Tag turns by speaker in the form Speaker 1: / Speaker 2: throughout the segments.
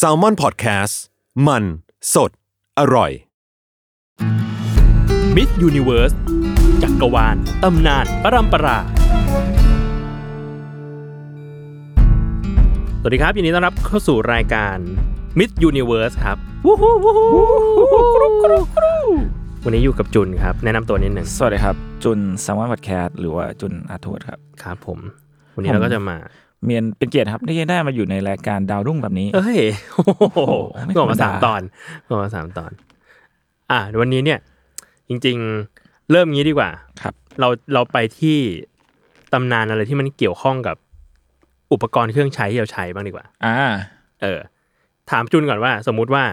Speaker 1: s a l m o n PODCAST มันสดอร่อย
Speaker 2: มิสยูนิเวิร์สจักรวาล ตำนาน ปรัมปรา สวัสดีครับยินดีต้อนรับเข้าสู่รายการมิสยูนิเวิร์สครับวู้ฮู้วู้ฮู้กรุ๊กกรุ๊กกรุ๊กวันนี้อยู่กับจุนครับ แนะนำตัวนิดหนึ่ง
Speaker 3: สวัสดีครับ จุนสามวันวัดแคสหรือว่าจุนอาโทษครับ
Speaker 2: ครับผม วันนี้เราก็จะมา
Speaker 3: เมียนเป็นเกียรติครับที่ได้มาอยู่ในรายการดาวรุ่งแบบนี้
Speaker 2: เอ้ยโอ้โห
Speaker 3: ไม่ธร
Speaker 2: งอก
Speaker 3: รมดา
Speaker 2: มาสามตอนงอกมาสามตอน อ่ะวันนี้เนี่ย จริงๆเริ่มงี้ดีกว่า
Speaker 3: ครับ
Speaker 2: เราเราไปที่ตำนานอะไรที่มันเกี่ยวข้องกับอุปกรณ์เครื่องใช้ที่เราใช้บ้างดีกว่า
Speaker 3: อ่า
Speaker 2: เออ ถามจุนก่อนว่า สมมุติว่า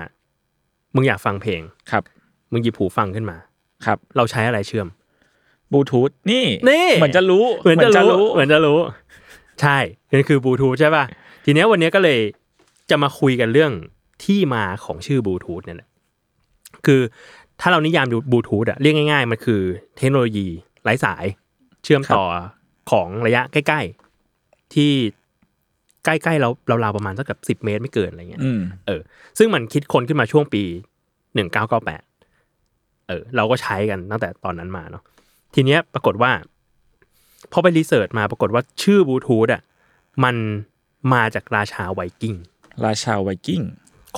Speaker 2: มึงอยากฟังเพลง
Speaker 3: ครับ
Speaker 2: มึงหยิบหูฟังขึ้นมา
Speaker 3: ครับ
Speaker 2: เราใช้อะไรเชื่อม
Speaker 3: บลูทูธนี่
Speaker 2: นี่
Speaker 3: เหมือนจะรู้
Speaker 2: เหมือนจะรู้เหมือนจะรู้ ใช่นั่นคือบลูทูธใช่ป่ะ ทีเนี้ยวันเนี้ยก็เลยจะมาคุยกันเรื่องที่มาของชื่อบลูทูธเนี่ยแหละคือถ้าเรานิยามดูบลูทูธอะเรียกง่ายๆ มันคือเทคโนโลยีไร้สาย เชื่อมต่อของระยะใกล้ๆ ที่ใกล้ๆเราเราราวๆประมาณสักกับสิบเมตรไม่เกินอะไรเงี้ย
Speaker 3: อืม
Speaker 2: เออซึ่งมันคิดคนขึ้นมาช่วงปีหนึ่งเก้าเก้าแปดเออ เราก็ใช้กันตั้งแต่ตอนนั้นมาเนาะทีเนี้ยปรากฏว่าพอไปรีเสิร์ชมาปรากฏว่าชื่อบลูทูธอ่ะมันมาจากราชาไวกิ้ง
Speaker 3: ราชาไวกิ้ง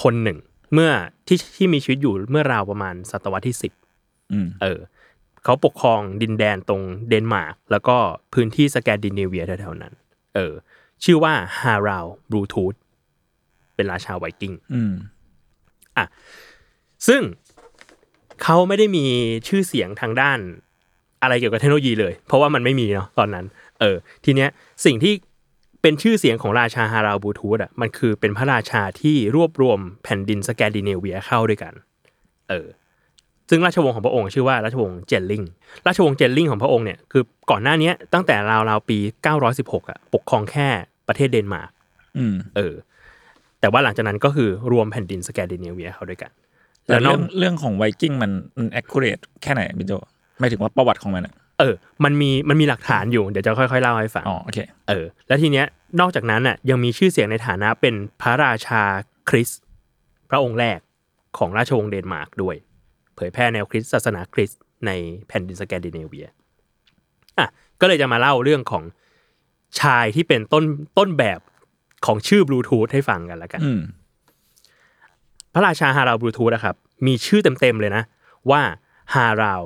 Speaker 2: คนหนึ่ง เมื่อที่ที่มีชีวิตอยู่เมื่อราวประมาณศตวรรษที่สิบ
Speaker 3: อืม
Speaker 2: เออ เขาปกครองดินแดนตรงเดนมาร์กแล้วก็พื้นที่สแกนดิเนเวียแถวๆนั้น เออ ชื่อว่าฮาราวบลูทูธเป็นราชาไวกิ้ง
Speaker 3: อืม
Speaker 2: ซึ่งเขาไม่ได้มีชื่อเสียงทางด้านอะไรเกี่ยวกับเทคโนโลยีเลย เพราะว่ามันไม่มีเนาะตอนนั้น เออ ทีเนี้ยสิ่งที่เป็นชื่อเสียงของราชาฮาราบูทูธอ่ะมันคือเป็นพระราชาที่รวบรวมแผ่นดินสแกนดิเนเวียเข้าด้วยกัน เออ ซึ่งราชวงศ์ของพระองค์ชื่อว่าราชวงศ์เจลลิง ราชวงศ์เจลลิงของพระองค์เนี่ยคือก่อนหน้าเนี้ยตั้งแต่ราวๆปี 916อ่ะปกครองแค่ประเทศเดนมาร์ก
Speaker 3: อืม
Speaker 2: เออ แต่ว่าหลังจากนั้นก็คือรวมแผ่นดินสแกนดิเนเวียเข้าด้วยกัน
Speaker 3: แต่เรื่องเรื่องของไวกิ้งมันมันแอคคูเรทแค่ไหนพี่โจไม่ถึงว่าประวัติของมันอะ
Speaker 2: เออ มันมี มันมีหลักฐานอยู่ เดี๋ยวจะค่อยๆเล่าให้ฟัง
Speaker 3: อ๋อโอเค
Speaker 2: เออ แล้วทีเนี้ย นอกจากนั้นน่ะ ยังมีชื่อเสียงในฐานะเป็นพระราชาคริสต์พระองค์แรกของราชวงศ์เดนมาร์กด้วย เผยแพร่แนวคริสต์ศาสนาคริสต์ในแผ่นดินสแกนดิเนเวีย อ่ะ ก็เลยจะมาเล่าเรื่องของชายที่เป็นต้น ต้นแบบของชื่อบลูทูธให้ฟังกันละกัน
Speaker 3: อืม
Speaker 2: พระราชาฮาราวบลูทูธนะครับ มีชื่อเต็ม ๆ เลยนะ ว่าฮาราว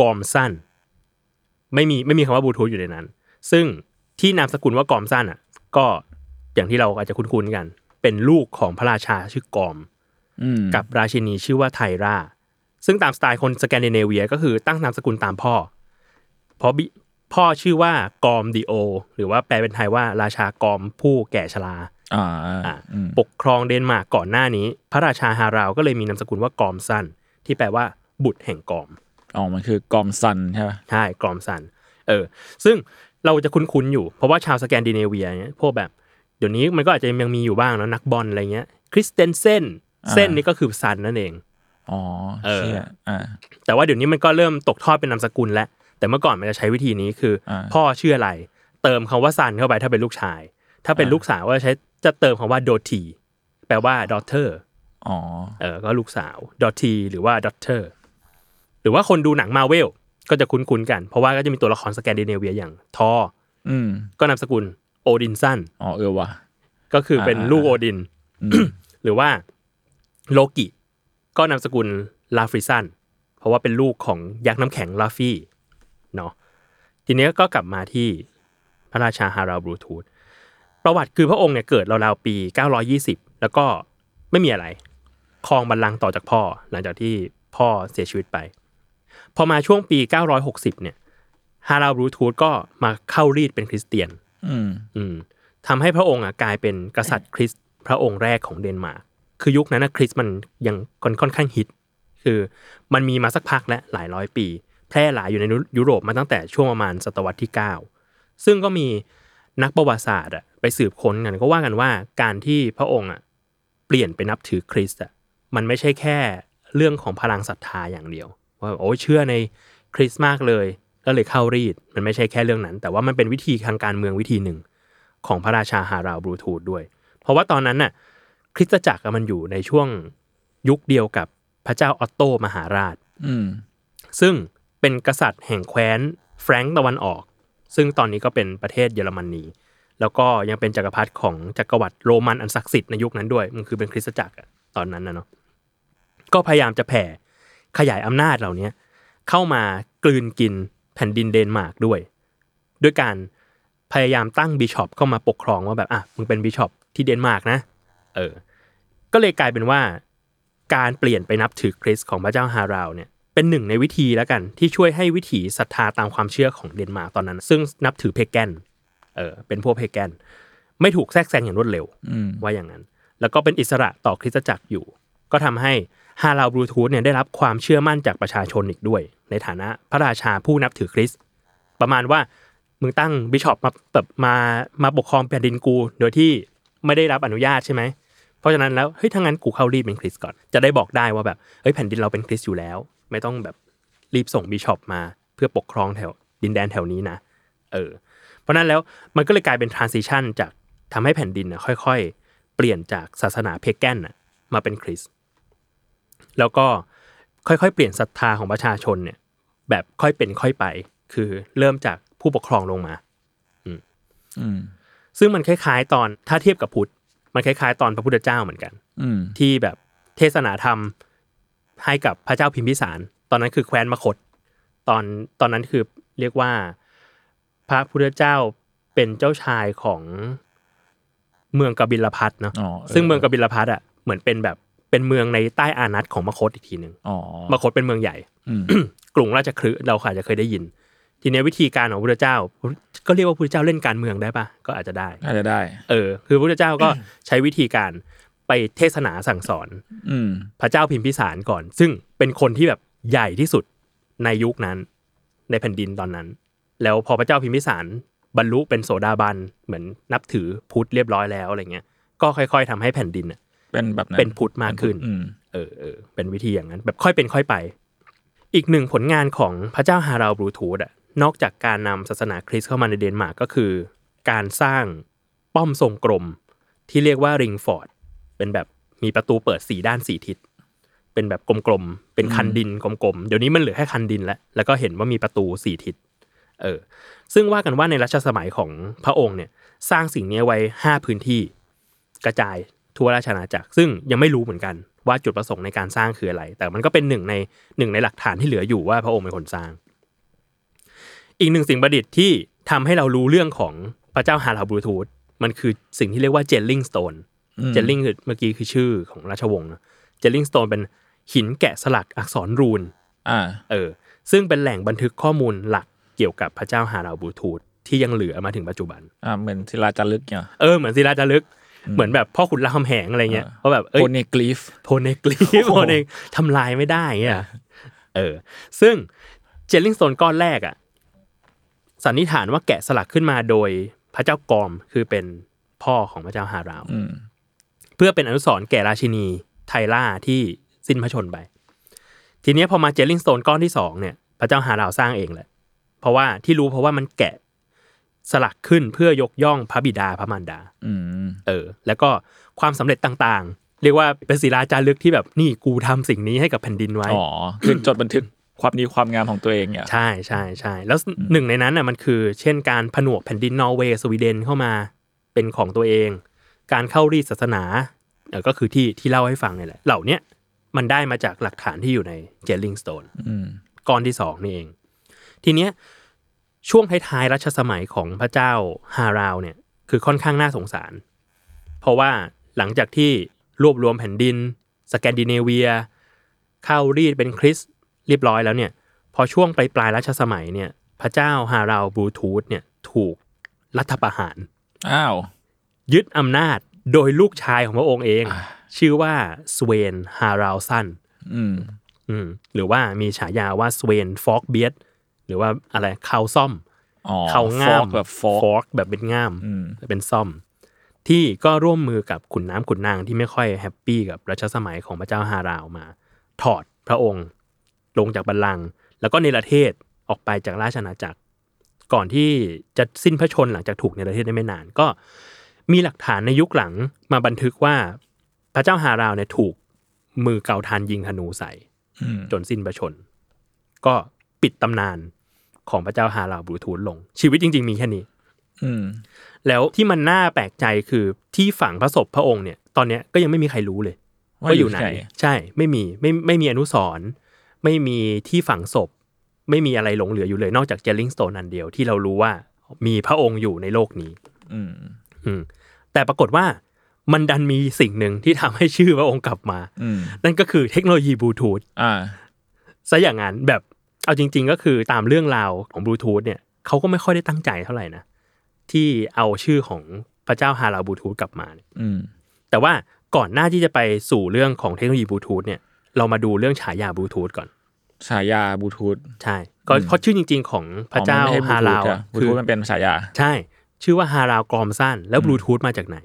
Speaker 2: กอมสั้น ไม่มีไม่มีคำว่าบลูทูธอยู่ในนั้น ซึ่งที่นามสกุลว่ากอมสั้นอ่ะ ก็อย่างที่เราอาจจะคุ้นๆกัน เป็นลูกของพระราชาชื่อกอม
Speaker 3: อืม
Speaker 2: กับราชินีชื่อว่าไทรา ซึ่งตามสไตล์คนสแกนดิเนเวียก็คือตั้งนามสกุลตามพ่อ เพราะบิพ่อชื่อว่ากอมดีโอ หรือว่าแปลเป็นไทยว่าราชากอมผู้แก่ชรา
Speaker 3: อ่า
Speaker 2: อ่ะ
Speaker 3: อืม
Speaker 2: ปกครองเดนมาร์กก่อนหน้านี้ พระราชาฮาราวก็เลยมีนามสกุลว่ากอมสันที่แปลว่าบุตรแห่งกอม
Speaker 3: อ๋อมันคือกอมซันใช่ป่ะ
Speaker 2: ใช่กอมสันเออ ซึ่งเราจะคุ้นๆอยู่ เพราะว่าชาวสแกนดิเนเวียเนี่ยพวกแบบเดี๋ยวนี้มันก็อาจจะยังมีอยู่บ้างเนอะนักบอลอะไรเงี้ยคริสเตนเซนเส้นนี่ก็คือซันนั่นเอง
Speaker 3: อ๋อ
Speaker 2: เออ
Speaker 3: เชี่ยอ่า
Speaker 2: แต่ว่าเดี๋ยวนี้มันก็เริ่มตกทอดเป็นนามสกุลแล้ว แต่เมื่อก่อนมันจะใช้วิธีนี้คืออา พ่อชื่ออะไร เติมคำว่าซันเข้าไปถ้าเป็นลูกชาย ถ้าเป็นลูกสาวก็ใช้จะเติมคำว่าโดทีแปลว่าดอเทอร์
Speaker 3: อ๋อ
Speaker 2: เออก็ลูกสาวดอททีหรือว่าดอทเตอร์หรือว่าคนดูหนังมาเวลก็จะคุ้นๆกัน เพราะว่าก็จะมีตัวละครสแกนดิเนเวียอย่างทอร์
Speaker 3: อืม
Speaker 2: ก็นามสกุลโอดินสัน
Speaker 3: อ๋อเออว่ะ
Speaker 2: ก็คือเป็น
Speaker 3: อ่า
Speaker 2: ลูกโอดิน
Speaker 3: อืม
Speaker 2: หรือว่าโลกิก็นามสกุลลาฟริสันเพราะว่าเป็นลูกของยักษ์น้ำแข็งลาฟี่เนาะทีเนี้ยก็กลับมาที่พระราชาฮาราบลูทูธประวัติคือพระองค์เนี่ยเกิดราวๆปี 920 แล้วก็ไม่มีอะไร ครองบัลลังก์ต่อจากพ่อ หลังจากที่พ่อเสียชีวิตไป พอมาช่วงปี 960 เนี่ยฮาราบลูทูธก็มาเข้ารีดเป็นคริสเตียน
Speaker 3: อืม
Speaker 2: อืม ทำให้พระองค์อ่ะกลายเป็นกษัตริย์คริสต์พระองค์แรกของเดนมาร์กคือยุคนั้นนะคริสต์มันยังค่อนค่อนข้างฮิต คือมันมีมาสักพักแล้วหลายร้อยปี แพร่หลายอยู่ในยุโรปมาตั้งแต่ช่วงประมาณศตวรรษที่ 9 ซึ่งก็มีนักประวัติศาสตร์อ่ะไปสืบค้นกันก็ว่ากันว่าการที่พระองค์อ่ะเปลี่ยนไปนับถือคริสต์อ่ะมันไม่ใช่แค่เรื่องของพลังศรัทธาอย่างเดียว ว่าโอ้ยเชื่อในคริสต์มากเลยก็เลยเข้ารีดมันไม่ใช่แค่เรื่องนั้น แต่ว่ามันเป็นวิธีทางการเมืองวิธีหนึ่ง ของพระราชาฮาราลบลูทูธด้วย เพราะว่าตอนนั้นน่ะคริสตจักรอะมันอยู่ในช่วงยุคเดียวกับพระเจ้าออตโตมหาราช
Speaker 3: อืม
Speaker 2: ซึ่งเป็นกษัตริย์แห่งแคว้นแฟรงก์ตะวันออก ซึ่งตอนนี้ก็เป็นประเทศเยอรมนี แล้วก็ยังเป็นจักรพรรดิของจักรวรรดิโรมันอันศักดิ์สิทธิ์ในยุคนั้นด้วย มันคือเป็นคริสตจักรอะตอนนั้นนะเนาะ ก็พยายามจะแผ่ขยายอำนาจเหล่านี้เข้ามากลืนกินแผ่นดินเดนมาร์กด้วย ด้วยการพยายามตั้งบิชอปเข้ามาปกครองว่าแบบอ่ะมึงเป็นบิชอปที่เดนมาร์กนะ เออ ก็เลยกลายเป็นว่าการเปลี่ยนไปนับถือคริสต์ของพระเจ้าฮาราลเนี่ยเป็นหนึ่งในวิธีแล้วกัน ที่ช่วยให้วิถีศรัทธาตามความเชื่อของเดนมาร์กตอนนั้น ซึ่งนับถือเพแกนเออเป็นพวกเพแกนไม่ถูกแทรกแซงอย่างรวดเร็ว
Speaker 3: อืม
Speaker 2: ว่าอย่างนั้น แล้วก็เป็นอิสระต่อคริสตจักรอยู่ ก็ทำให้ฮาราลบลูทูธเนี่ยได้รับความเชื่อมั่นจากประชาชนอีกด้วย ในฐานะพระราชาผู้นับถือคริสต์ประมาณว่ามึงตั้งบิชอปมาแบบมามาปกครองแผ่นดินกู โดยที่ไม่ได้รับอนุญาตใช่ไหม เพราะฉะนั้นแล้วเฮ้ยถ้างั้นกูเข้ารีบเป็นคริสต์ก่อน จะได้บอกได้ว่าแบบเฮ้ยแผ่นดินเราเป็นคริสต์อยู่แล้ว ไม่ต้องแบบรีบส่งบิชอปมาเพื่อปกครองแถวดินแดนแถวนี้นะเออ เพราะฉะนั้นแล้วมันก็เลยกลายเป็นทรานซิชันจากทำให้แผ่นดินนะค่อย ๆ เปลี่ยนจากศาสนาเพแกนน่ะมาเป็นคริสต์แล้วก็ค่อยๆ เปลี่ยนศรัทธาของประชาชนเนี่ยแบบค่อยเป็นค่อยไป คือเริ่มจากผู้ปกครองลงมา
Speaker 3: อืม
Speaker 2: ซึ่งมันคล้าย ๆ ตอนถ้าเทียบกับพุทธมันคล้ายๆ ตอนพระพุทธเจ้าเหมือนกัน
Speaker 3: อืม
Speaker 2: ที่แบบเทศนาธรรมให้กับพระเจ้าพิมพิสาร ตอนนั้นคือแคว้นมคต ตอนตอนนั้นคือเรียกว่า พระพุทธเจ้าเป็นเจ้าชายของเมืองกบิลพัทเนาะ
Speaker 3: อ๋อเออ
Speaker 2: ซึ่งเมืองกบิลพัทอ่ะเหมือนเป็นแบบเป็นเมืองในใต้อานัตของมคตอีกทีหนึ่ง
Speaker 3: อ๋อ
Speaker 2: มคตเป็นเมืองใหญ่
Speaker 3: อืม
Speaker 2: กรุงราชคฤห์เราอาจจะเคยได้ยิน ทีเนี้ยวิธีการของพระพุทธเจ้า ก็เรียกว่าพระพุทธเจ้าเล่นการเมืองได้ปะก็อาจจะได้
Speaker 3: น่าจะได้
Speaker 2: เออ คือพระพุทธเจ้าก็ใช้วิธีการไปเทศนาสั่งสอน
Speaker 3: อืม
Speaker 2: พระเจ้าพิมพิสารก่อน ซึ่งเป็นคนที่แบบใหญ่ที่สุดในยุคนั้น ในแผ่นดินตอนนั้น แล้วพอพระเจ้าพิมพิสารบรรลุเป็นโสดาบันเหมือนนับถือพุทธเรียบร้อยแล้วอะไรเงี้ยก็ค่อย ๆทำให้แผ่นดินน่ะ
Speaker 3: เป็นแบบนั้น
Speaker 2: เป็นพุทธมากขึ้น
Speaker 3: อืม
Speaker 2: เออเออเป็นวิธีอย่างนั้น แบบค่อยเป็นค่อยไป อีกหนึ่งผลงานของพระเจ้าฮาราลบลูทูธอ่ะนอกจากการนำศาสนาคริสต์เข้ามาในเดนมาร์กก็คือ การสร้างป้อมทรงกลม ที่เรียกว่าริงฟอร์ดเป็นแบบมีประตูเปิดสี่ด้านสี่ทิศ เป็นแบบกลมๆ เป็นคันดินกลมๆ เดี๋ยวนี้มันเหลือแค่คันดินแล้ว แล้วก็เห็นว่ามีประตูสี่ทิศเออซึ่งว่ากันว่าในรัชสมัยของพระองค์เนี่ยสร้างสิ่งนี้ไว้ห้าพื้นที่ กระจายทั่วราชอาณาจักร ซึ่งยังไม่รู้เหมือนกันว่าจุดประสงค์ในการสร้างคืออะไร แต่มันก็เป็นหนึ่งในหนึ่งในหลักฐานที่เหลืออยู่ว่าพระองค์เป็นคนสร้าง อีกหนึ่งสิ่งประดิษฐ์ที่ทำให้เรารู้เรื่องของพระเจ้าฮาราบลูทูธมันคือสิ่งที่เรียกว่าเจลลิงสโตน
Speaker 3: อืม
Speaker 2: เจลลิงคือเมื่อกี้คือชื่อของราชวงศ์เนอะเจลลิงสโตนเป็นหินแกะสลักอักษรรูน
Speaker 3: อ่า
Speaker 2: เออซึ่งเป็นแหล่งบันทึกข้อมูลหลักเกี่ยวกับพระเจ้าฮาราบลูทูธที่ยังเหลือมาถึงปัจจุบัน
Speaker 3: อ่า เหมือนศิลาจารึกเนี่ย
Speaker 2: เออเหมือนศิลาจารึกเหมือนแบบพ่อขุนรามคำแหงอะไรเงี้ย
Speaker 3: อ่า
Speaker 2: เพราะแบบเอ้ย
Speaker 3: โอเนกลีฟ
Speaker 2: โพเนกลีฟโพเนกทำลายไม่ได้เงี้ยเออ ซึ่งเจลลิงสโตนก้อนแรกอ่ะสันนิษฐานว่าแกะสลักขึ้นมาโดยพระเจ้ากอมคือเป็นพ่อของพระเจ้าฮาราว
Speaker 3: อืม
Speaker 2: เพื่อเป็นอนุสรณ์แก่ราชินีไทล่าที่สิ้นพระชนม์ไป ทีเนี้ยพอมาเจลลิงสโตนก้อนที่สองเนี่ยพระเจ้าฮาราวสร้างเองแหละเพราะว่าที่รู้เพราะว่ามันแกะสลักขึ้นเพื่อยกย่องพระบิดาพระมารดา
Speaker 3: อืม
Speaker 2: เออแล้วก็ความสำเร็จต่างๆ เรียกว่าเป็นศิลาจารึกที่แบบนี่กูทำสิ่งนี้ให้กับแผ่นดินไว้
Speaker 3: อ๋อ คือจดบันทึกความดีความงามของตัวเองเนี่ย
Speaker 2: ใช่ใช่ใช่แล้วหนึ่งในนั้นน่ะมันคือ เช่นการผนวกแผ่นดินนอร์เวย์สวีเดนเข้ามาเป็นของตัวเอง การเข้ารีดศาสนาเออก็คือที่ที่เล่าให้ฟังเนี่ยแหละเหล่าเนี้ยมันได้มาจากหลักฐานที่อยู่ในเจลลิงสโตน
Speaker 3: อืม
Speaker 2: ก้อนที่สองนี่เอง ทีเนี้ยช่วงท้ายๆรัชสมัยของพระเจ้าฮาราวเนี่ยคือค่อนข้างน่าสงสาร เพราะว่าหลังจากที่รวบรวมแผ่นดิน สแกนดิเนเวีย เข้ารีดเป็นคริสต์เรียบร้อยแล้วเนี่ย พอช่วงปลายปลายๆรัชสมัยเนี่ยพระเจ้าฮาราวบลูทูธเนี่ยถูกรัฐประหาร
Speaker 3: อ้าว
Speaker 2: ยึดอำนาจโดยลูกชายของพระองค์เอง ชื่อว่าสเวนฮาราลสัน
Speaker 3: อืม
Speaker 2: อืมหรือว่ามีฉายาว่าสเวนฟอกเบียดหรือว่าอะไรเขาซ่อม
Speaker 3: อ๋อ
Speaker 2: เขาง่าม
Speaker 3: fork แบบ fork
Speaker 2: fork แบบเป็นง่าม
Speaker 3: อืม
Speaker 2: เป็นซ่อม ที่ก็ร่วมมือกับขุนน้ำขุนนางที่ไม่ค่อยแฮปปี้กับรัชสมัยของพระเจ้าฮาราวมา ถอดพระองค์ลงจากบัลลังก์แล้วก็เนรเทศออกไปจากราชอาณาจักร ก่อนที่จะสิ้นพระชนม์หลังจากถูกเนรเทศได้ไม่นานก็ มีหลักฐานในยุคหลังมาบันทึกว่าพระเจ้าฮาราวเนี่ยถูกมือเกาทานยิงธนูใส่
Speaker 3: อืม
Speaker 2: จนสิ้นพระชนม์ก็ปิดตำนานของพระเจ้าฮาราบลูทูธลง ชีวิตจริง ๆ มีแค่นี้
Speaker 3: อืม
Speaker 2: แล้วที่มันน่าแปลกใจคือที่ฝังพระศพพระองค์เนี่ยตอนเนี้ยก็ยังไม่มีใครรู้เลย
Speaker 3: ว่าอยู่ไหน
Speaker 2: ใช่ไม่มีไม่ไม่มีอนุสรณ์ไม่มีที่ฝังศพ ไม่มีอะไรหลงเหลืออยู่เลยนอกจากเจลลิงสโตนอันเดียวที่เรารู้ว่ามีพระองค์อยู่ในโลกนี้
Speaker 3: อืม
Speaker 2: อืมแต่ปรากฏว่ามันดันมีสิ่งหนึ่งที่ทำให้ชื่อพระองค์กลับมา
Speaker 3: อืม
Speaker 2: นั่นก็คือเทคโนโลยีบลูทูธ
Speaker 3: อ่า
Speaker 2: ซะอย่างนั้นแบบเอาจริง ๆ ก็คือตามเรื่องราวของบลูทูธเนี่ยเขาก็ไม่ค่อยได้ตั้งใจเท่าไหร่นะ ที่เอาชื่อของพระเจ้าฮาราบลูทูธกลับมาเนี่ย
Speaker 3: อืม
Speaker 2: แต่ว่าก่อนหน้าที่จะไปสู่เรื่องของเทคโนโลยีบลูทูธเนี่ยเรามาดูเรื่องฉายาบลูทูธก่อน
Speaker 3: ฉายาบลูทูธ
Speaker 2: ใช่ก็เพราะชื่อจริง ๆ ของพระเจ้าฮาราว
Speaker 3: บลูทูธมันเป็นฉายา
Speaker 2: ใช่ ชื่อว่าฮาราวกรอมสั้นแล้วบลูทูธมาจากไหน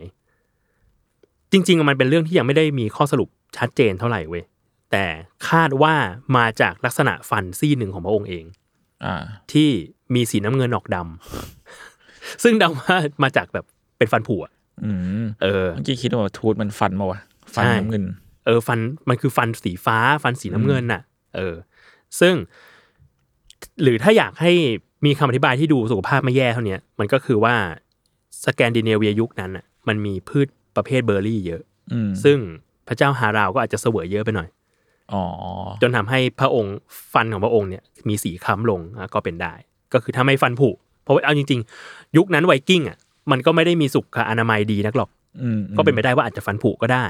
Speaker 2: จริง ๆ มันเป็นเรื่องที่ยังไม่ได้มีข้อสรุปชัดเจนเท่าไหร่เว้ยแต่คาดว่ามาจากลักษณะฟันซี่หนึ่งของพระองค์เอง
Speaker 3: อ่า
Speaker 2: ที่มีสีน้ำเงินออกดำ ซึ่งเดาว่ามาจากแบบเป็นฟันผุอะ
Speaker 3: อืม
Speaker 2: เออ
Speaker 3: เมื่อกี้คิดว่าทูธมันฟันมาวะ ฟัน
Speaker 2: ใช่
Speaker 3: น้ำเงิน
Speaker 2: เออฟันมันคือฟันสีฟ้า ฟันสีน้ำเงินน่ะ เออ ซึ่ง หรือถ้าอยากให้มีคำอธิบายที่ดูสุขภาพไม่แย่เท่าเนี้ยมันก็คือว่าสแกนดิเนเวียยุคนั้นน่ะ มันมีพืชประเภทเบอร์รี่เยอะ
Speaker 3: อืม
Speaker 2: ซึ่งพระเจ้าฮาราวก็อาจจะเสวยเยอะไปหน่อย
Speaker 3: อ๋อ
Speaker 2: จนทำให้พระองค์ฟันของพระองค์เนี่ยมีสีคล้ำลงอ่ะก็เป็นได้ ก็คือถ้าไม่ฟันผุเพราะว่าเอาจริง ๆ ยุคนั้นไวกิ้งอ่ะมันก็ไม่ได้มีสุขอนามัยดีนักหรอก
Speaker 3: อืม
Speaker 2: ก็เป็นไปได้ว่าอาจจะฟันผุก็ได้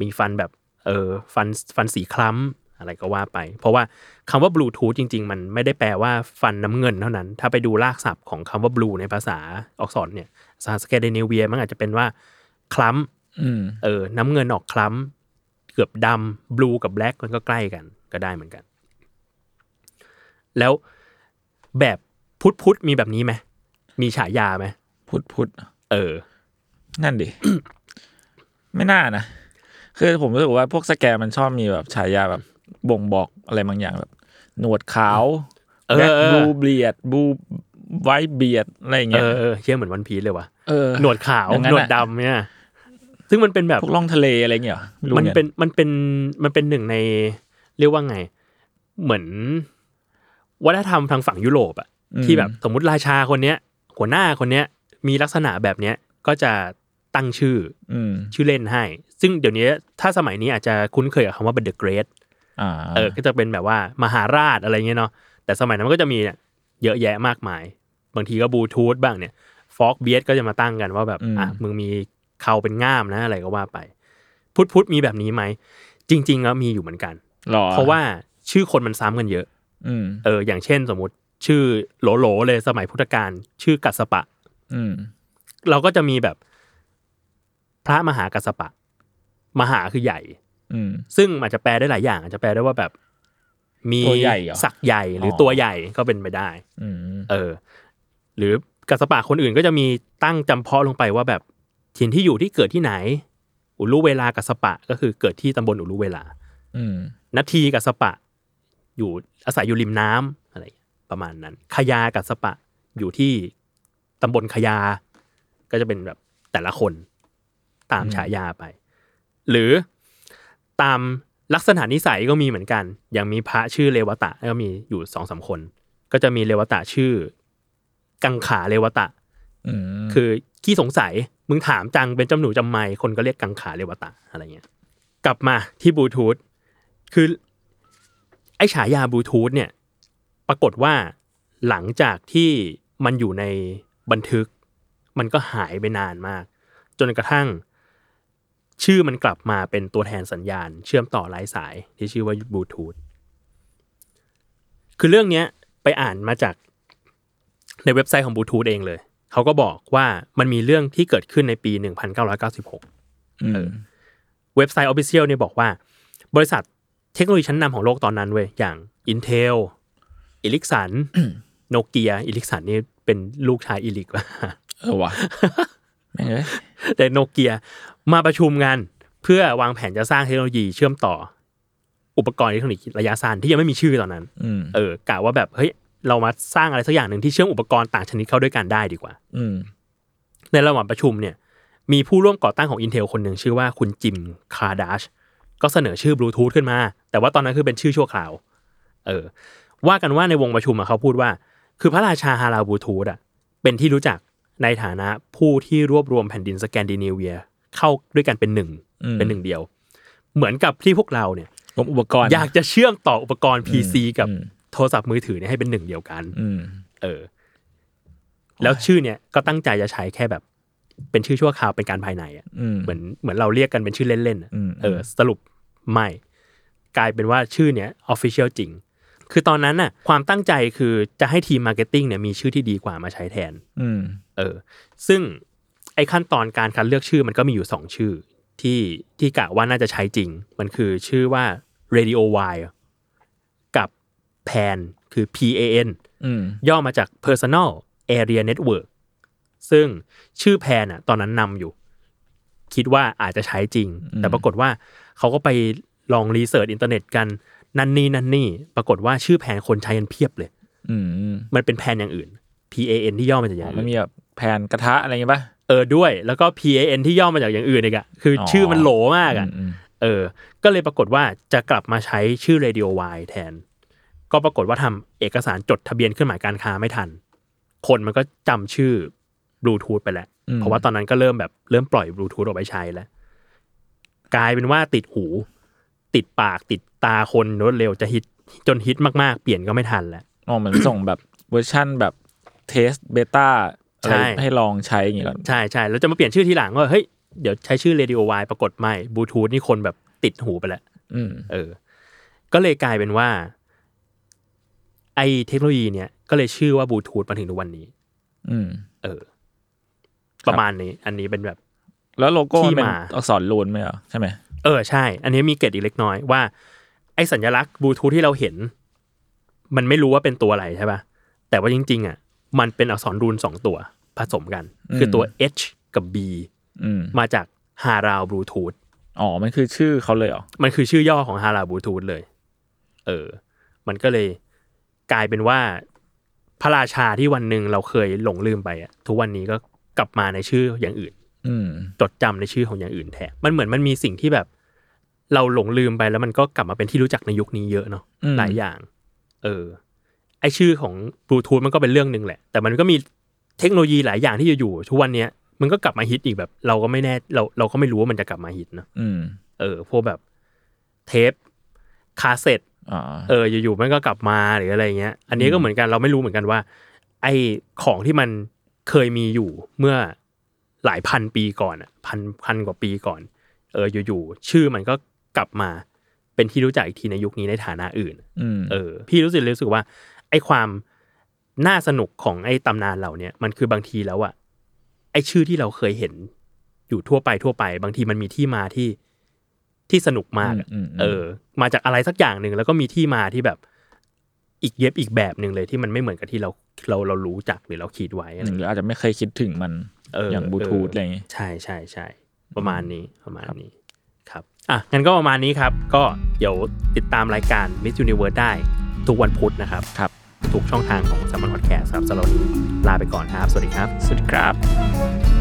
Speaker 2: มีฟันแบบเออฟันฟันสีคล้ำอะไรก็ว่าไป เพราะว่าคำว่าบลูทูธจริง ๆ มันไม่ได้แปลว่าฟันน้ำเงินเท่านั้น ถ้าไปดูรากศัพท์ของคำว่าบลูในภาษาอักษรเนี่ยภาษาสแกนดิเนเวียมันอาจจะเป็นว่าคล้ำ
Speaker 3: อืม
Speaker 2: เออน้ำเงินออกคล้ำเกือบดำบลูกับแบล็กมันก็ใกล้กันก็ได้เหมือนกัน แล้วแบบพุทธพุทธมีแบบนี้ไหมมีฉายาไหม
Speaker 3: พุทธพุทธ
Speaker 2: เออ
Speaker 3: นั่นดิ ไม่น่านะ คือผมรู้สึกว่าพวกสแกมมันชอบมีแบบฉายาแบบบ่งบอกอะไรบางอย่างแบบ หนวดขาว
Speaker 2: เออ
Speaker 3: แบล็คบลูเบียดบลูไวท์เบียดอะไรอย่าง
Speaker 2: เอ
Speaker 3: เงี้ย
Speaker 2: อเออเชื่อเหมือนวันพีซเลยว่ะ
Speaker 3: เออ
Speaker 2: หนวดขาว
Speaker 3: อย่างนั้น
Speaker 2: หนวด
Speaker 3: อะ
Speaker 2: ดำเนี่ย ซึ่งมันเป็นแบบ
Speaker 3: พวกล่องทะเลอะไรเงี้ยหรอไรู้
Speaker 2: มัน
Speaker 3: ย
Speaker 2: เป็นมันเป็นมันเป็นหนึ่งใน เรียกว่าไง เหมือน วัฒนธรรมทางฝั่งยุโรปอะ
Speaker 3: อืม
Speaker 2: ที่แบบสมมติราชาคนเนี้ยหัวหน้าคนเนี้ยมีลักษณะแบบเนี้ยก็จะตั้งชื่อ
Speaker 3: อืม
Speaker 2: ชื่อเล่นให้ ซึ่งเดี๋ยวนี้ถ้าสมัยนี้อาจจะคุ้นเคยกับคำว่าเป็น The Great
Speaker 3: อ่า
Speaker 2: เออ ก็จะเป็นแบบว่ามหาราชอะไรเงี้ยเนาะ แต่สมัยนั้นมันก็จะมีเนี่ยเยอะแยะมากมาย บางทีก็บลูทูธบ้างเนี่ย ฟอกเบียดก็จะมาตั้งกันว่าแบบ อ่ะ มึงมีเขาเป็นง่ามนะอะไรก็ว่าไป พุทธพุทธมีแบบนี้ไหม จริงๆแล้วมีอยู่เหมือนกัน
Speaker 3: หรอ
Speaker 2: เพราะว่าชื่อคนมันซ้ำกันเยอะ
Speaker 3: อืม
Speaker 2: เออ อย่างเช่น สมมติชื่อโหลๆเลยสมัยพุทธกาลชื่อกัสสปะ
Speaker 3: อืม
Speaker 2: เราก็จะมีแบบพระมหากัสสปะ มหาคือใหญ่
Speaker 3: อืม
Speaker 2: ซึ่งอาจจะแปลได้หลายอย่าง อาจจะแปลได้ว่าแบบ มี
Speaker 3: ตัวใหญ่เหรอ
Speaker 2: สักใหญ่หรืออ
Speaker 3: อ
Speaker 2: ตัวใหญ่ก็เป็นไปได้
Speaker 3: อืม
Speaker 2: เออ หรือกัสสปะคนอื่นก็จะมีตั้งจำเพาะลงไปว่าแบบถิ่นที่อยู่ที่เกิดที่ไหน อุลุเวลากัสสปะก็คือเกิดที่ตำบลอุลุเวลา
Speaker 3: อืม
Speaker 2: นาทีกัสสปะ อยู่อาศัยอยู่ริมน้ำอะไรประมาณนั้นขยากัสสปะอยู่ที่ตำบลขยา ก็จะเป็นแบบแต่ละคนตามฉายาไป หรือตามลักษณะนิสัยก็มีเหมือนกัน อย่างมีพระชื่อเลวตะก็มีอยู่สองสามคน ก็จะมีเลวตะชื่อ กังขาเลวตะ
Speaker 3: อืม
Speaker 2: คือขี้สงสัยมึงถามจังเป็นจำหนูจำไม่คนก็เรียกกังขาเรวตะอะไรเงี้ยกลับมาที่บลูทูธคือ ไอ้ฉายาบลูทูธเนี่ยปรากฏว่าหลังจากที่มันอยู่ในบันทึก มันก็หายไปนานมาก จนกระทั่ง ชื่อมันกลับมาเป็นตัวแทนสัญญาณ เชื่อมต่อไร้สายที่ชื่อว่าบลูทูธคือเรื่องเนี้ยไปอ่านมาจากในเว็บไซต์ของบลูทูธเองเลย เขาก็บอกว่ามันมีเรื่องที่เกิดขึ้นในปี 1996
Speaker 3: อืม
Speaker 2: เว็บไซต์ Official เนี่ยบอกว่า บริษัทเทคโนโลยีชั้นนำของโลกตอนนั้นเว้ยอย่าง Intel e r i c s s o n Nokia e r i c s s o n นี่เป็นลูกชายอีลิก ว่ะ
Speaker 3: เออว่ะแม่งเอ้ย
Speaker 2: แต่โนเกียมาประชุมกันเพื่อวางแผนจะสร้างเทคโนโลยีเชื่อมต่อ อุปกรณ์อิเล็กทรอนิกส์ระยะสั้นที่ยังไม่มีชื่อตอนนั้น
Speaker 3: อืม
Speaker 2: เออกะว่าแบบเฮ้ยเรามาสร้างอะไรสักอย่างหนึ่งที่เชื่อมอุปกรณ์ต่างชนิดเข้าด้วยกันได้ดีกว่า
Speaker 3: อืม
Speaker 2: ในระหว่างประชุมเนี่ยมีผู้ร่วมก่อตั้งของ Intel คนหนึ่งชื่อว่าคุณจิมคาร์ดัชก็เสนอชื่อบลูทูธขึ้นมา แต่ว่าตอนนั้นคือเป็นชื่อชั่วคราว เออ ว่ากันว่าในวงประชุมอะเขาพูดว่า คือพระราชาฮาราบลูทูธอะเป็นที่รู้จักในฐานะผู้ที่รวบรวมแผ่นดินสแกนดิเนเวีย เข้าด้วยกันเป็นหนึ่ง
Speaker 3: อืม
Speaker 2: เป็นหนึ่งเดียว เหมือนกับที่พวกเราเนี่ย
Speaker 3: งบอุปกรณ์
Speaker 2: อยากจะเชื่อมต่ออุปกรณ์ PC กับ
Speaker 3: อืม
Speaker 2: โทรศัพท์มือถือเนี่ยให้เป็นหนึ่งเดียวกัน
Speaker 3: อืม
Speaker 2: เออ แล้วชื่อเนี่ยก็ตั้งใจจะใช้แค่แบบ เป็นชื่อชั่วคราวเป็นการภายในอะ
Speaker 3: อืม
Speaker 2: เหมือนเหมือนเราเรียกกันเป็นชื่อเล่นๆอะ
Speaker 3: อืม
Speaker 2: เออ สรุปไม่ กลายเป็นว่าชื่อเนี่ยออฟฟิเชียลจริง คือตอนนั้นน่ะ ความตั้งใจคือจะให้ทีมมาร์เก็ตติ้งเนี่ยมีชื่อที่ดีกว่ามาใช้แทน
Speaker 3: อืม
Speaker 2: เออ ซึ่งไอ้ขั้นตอนการคัดเลือกชื่อมันก็มีอยู่สองชื่อ ที่ที่กะว่าน่าจะใช้จริง มันคือชื่อว่า Radio Y กับแพนคือ PAN
Speaker 3: อืม
Speaker 2: ย่อมาจาก Personal Area Network ซึ่งชื่อแพนอะตอนนั้นนำอยู่ คิดว่าอาจจะใช้จริง แต่ปรากฏว่าเขาก็ไปลองรีเสิร์ชอินเทอร์เน็ตกัน นั่นนี่นั่นนี่ ปรากฏว่าชื่อแพนคนใช้กันเพียบเลย
Speaker 3: อืม
Speaker 2: มันเป็นแพนอย่างอื่น PAN ที่ย่อมาจากอ
Speaker 3: อ๋อย่าง มัน
Speaker 2: อื่น
Speaker 3: มีแบบแผ่นกระทะอะไรอย่างงี้ป่ะ
Speaker 2: เออด้วย แล้วก็ PAN ที่ย่อมาจากอย่างอื่นอีกอะคืออ
Speaker 3: อ
Speaker 2: ชื่อมันโหลมากอะ
Speaker 3: อืม
Speaker 2: เออ ก็เลยปรากฏว่าจะกลับมาใช้ชื่อ Radio Y แทน ก็ปรากฏว่าทำเอกสารจดทะเบียนเครื่องหมายการค้าไม่ทัน คนมันก็จำชื่อบลูทูธไปแล้ว เพราะว่าตอนนั้นก็เริ่มแบบเริ่มปล่อยบลูทูธออกไปใช้แล้ว กลายเป็นว่าติดหู ติดปากติดตาคนรวดเร็วจะฮิตจนฮิตมากๆ เปลี่ยนก็ไม่ทันแล้ว
Speaker 3: อ๋อเหมือนส่งแบบเวอร์ชั่นแบบเทสเบต้าอะไร
Speaker 2: ใช่
Speaker 3: ให้ลองใช้อย่างงี้ก่อน
Speaker 2: ใช่ใช่แล้วจะมาเปลี่ยนชื่อทีหลังว่าเฮ้ยเดี๋ยวใช้ชื่อ Radio Y ปรากฏไม่บลูทูธนี่คนแบบติดหูไปแล้ว
Speaker 3: อืม
Speaker 2: เออ ก็เลยกลายเป็นว่า ไอเทคโนโลยีเนี่ย ก็เลยชื่อว่าบลูทูธมาถึงทุกวันนี้
Speaker 3: อืม
Speaker 2: เออ
Speaker 3: ค
Speaker 2: ป
Speaker 3: รับ
Speaker 2: ระมาณนี้ อันนี้เป็นแบบ
Speaker 3: แล้วโลโก้มันเป็น
Speaker 2: ที่มา
Speaker 3: อักษรลูนไหมเหรอใช่ไหม
Speaker 2: เออใช่ อันนี้มีเกร็ดอีกเล็กน้อยว่า ไอสัญลักษณ์บลูทูธที่เราเห็น มันไม่รู้ว่าเป็นตัวอะไรใช่ปะ่ะ แต่ว่าจริง ๆ อ่ะ มันเป็นอักษรรูนสองตัว ผสมกัน คือตัว H กับ B
Speaker 3: อืม
Speaker 2: มาจากฮาร a วบลูทูธ
Speaker 3: อ๋อ มันคือชื่อเขาเลยเหรอ
Speaker 2: มันคือชื่อย่อของฮาราบูทูธเลย เออ มันก็เลยกลายเป็นว่าพระราชาที่วันหนึ่งเราเคยหลงลืมไปอะทุกวันนี้ก็กลับมาในชื่ออย่างอื่น
Speaker 3: อืม
Speaker 2: จดจำในชื่อของอย่างอื่นแทน มันเหมือนมันมีสิ่งที่แบบ เราหลงลืมไปแล้วมันก็กลับมาเป็นที่รู้จักในยุคนี้เยอะเนาะ
Speaker 3: อืม
Speaker 2: หลายอย่าง เออ ไอชื่อของบลูทูธมันก็เป็นเรื่องหนึ่งแหละ แต่มันก็มีเทคโนโลยีหลายอย่างที่อยู่ๆทุกวันเนี้ยมันก็กลับมาฮิตอีกแบบ เราก็ไม่แน่เราเราก็ไม่รู้ว่ามันจะกลับมาฮิตเนอะ
Speaker 3: อืม
Speaker 2: เออพวกแบบเทปคาสเซ็ต
Speaker 3: อ๋อ
Speaker 2: เอออยู่ๆมันก็กลับมาหรืออะไรเงี้ย อันนี้ก็เหมือนกันเราไม่รู้เหมือนกันว่า ไอของที่มันเคยมีอยู่เมื่อหลายพันปีก่อนอะพันพันกว่าปีก่อน เอออยู่ๆชื่อมันก็กลับมาเป็นที่รู้จักอีกทีในยุคนี้ในฐานะอื่น
Speaker 3: อืม
Speaker 2: เออพี่รู้สึกเลยรู้สึกว่า ไอความน่าสนุกของไอตำนานเหล่าเนี้ยมันคือบางทีแล้วอะไอชื่อที่เราเคยเห็นอยู่ทั่วไปทั่วไป บางทีมันมีที่มาที่ที่สนุกมากอะ
Speaker 3: อืมอืมอืม
Speaker 2: เออ มาจากอะไรสักอย่างหนึ่งแล้วก็มีที่มาที่แบบ อีกเย็บอีกแบบหนึ่งเลยที่มันไม่เหมือนกับที่เราเราเรารู้จักหรือเราคิดไว้อะไร
Speaker 3: หรืออาจจะไม่เคยคิดถึงมัน
Speaker 2: เออ
Speaker 3: อย่างบลูทูธ
Speaker 2: เ
Speaker 3: อะไรอย่างงี้
Speaker 2: ใช่ใช่ใช่ประมาณนี้ประมาณนี้ครับอ่ะงั้นก็ประมาณนี้ครับ ก็เดี๋ยวติดตามรายการ Miss Universe ได้ทุกวันพุธนะครับ
Speaker 3: ครับ
Speaker 2: ทุกช่องทางของ s ซ m มอนพอดแคสต์ครับสำหรับวันนี้ลาไปก่อนครับ สวัสดีครับ
Speaker 3: สวัสดีครับ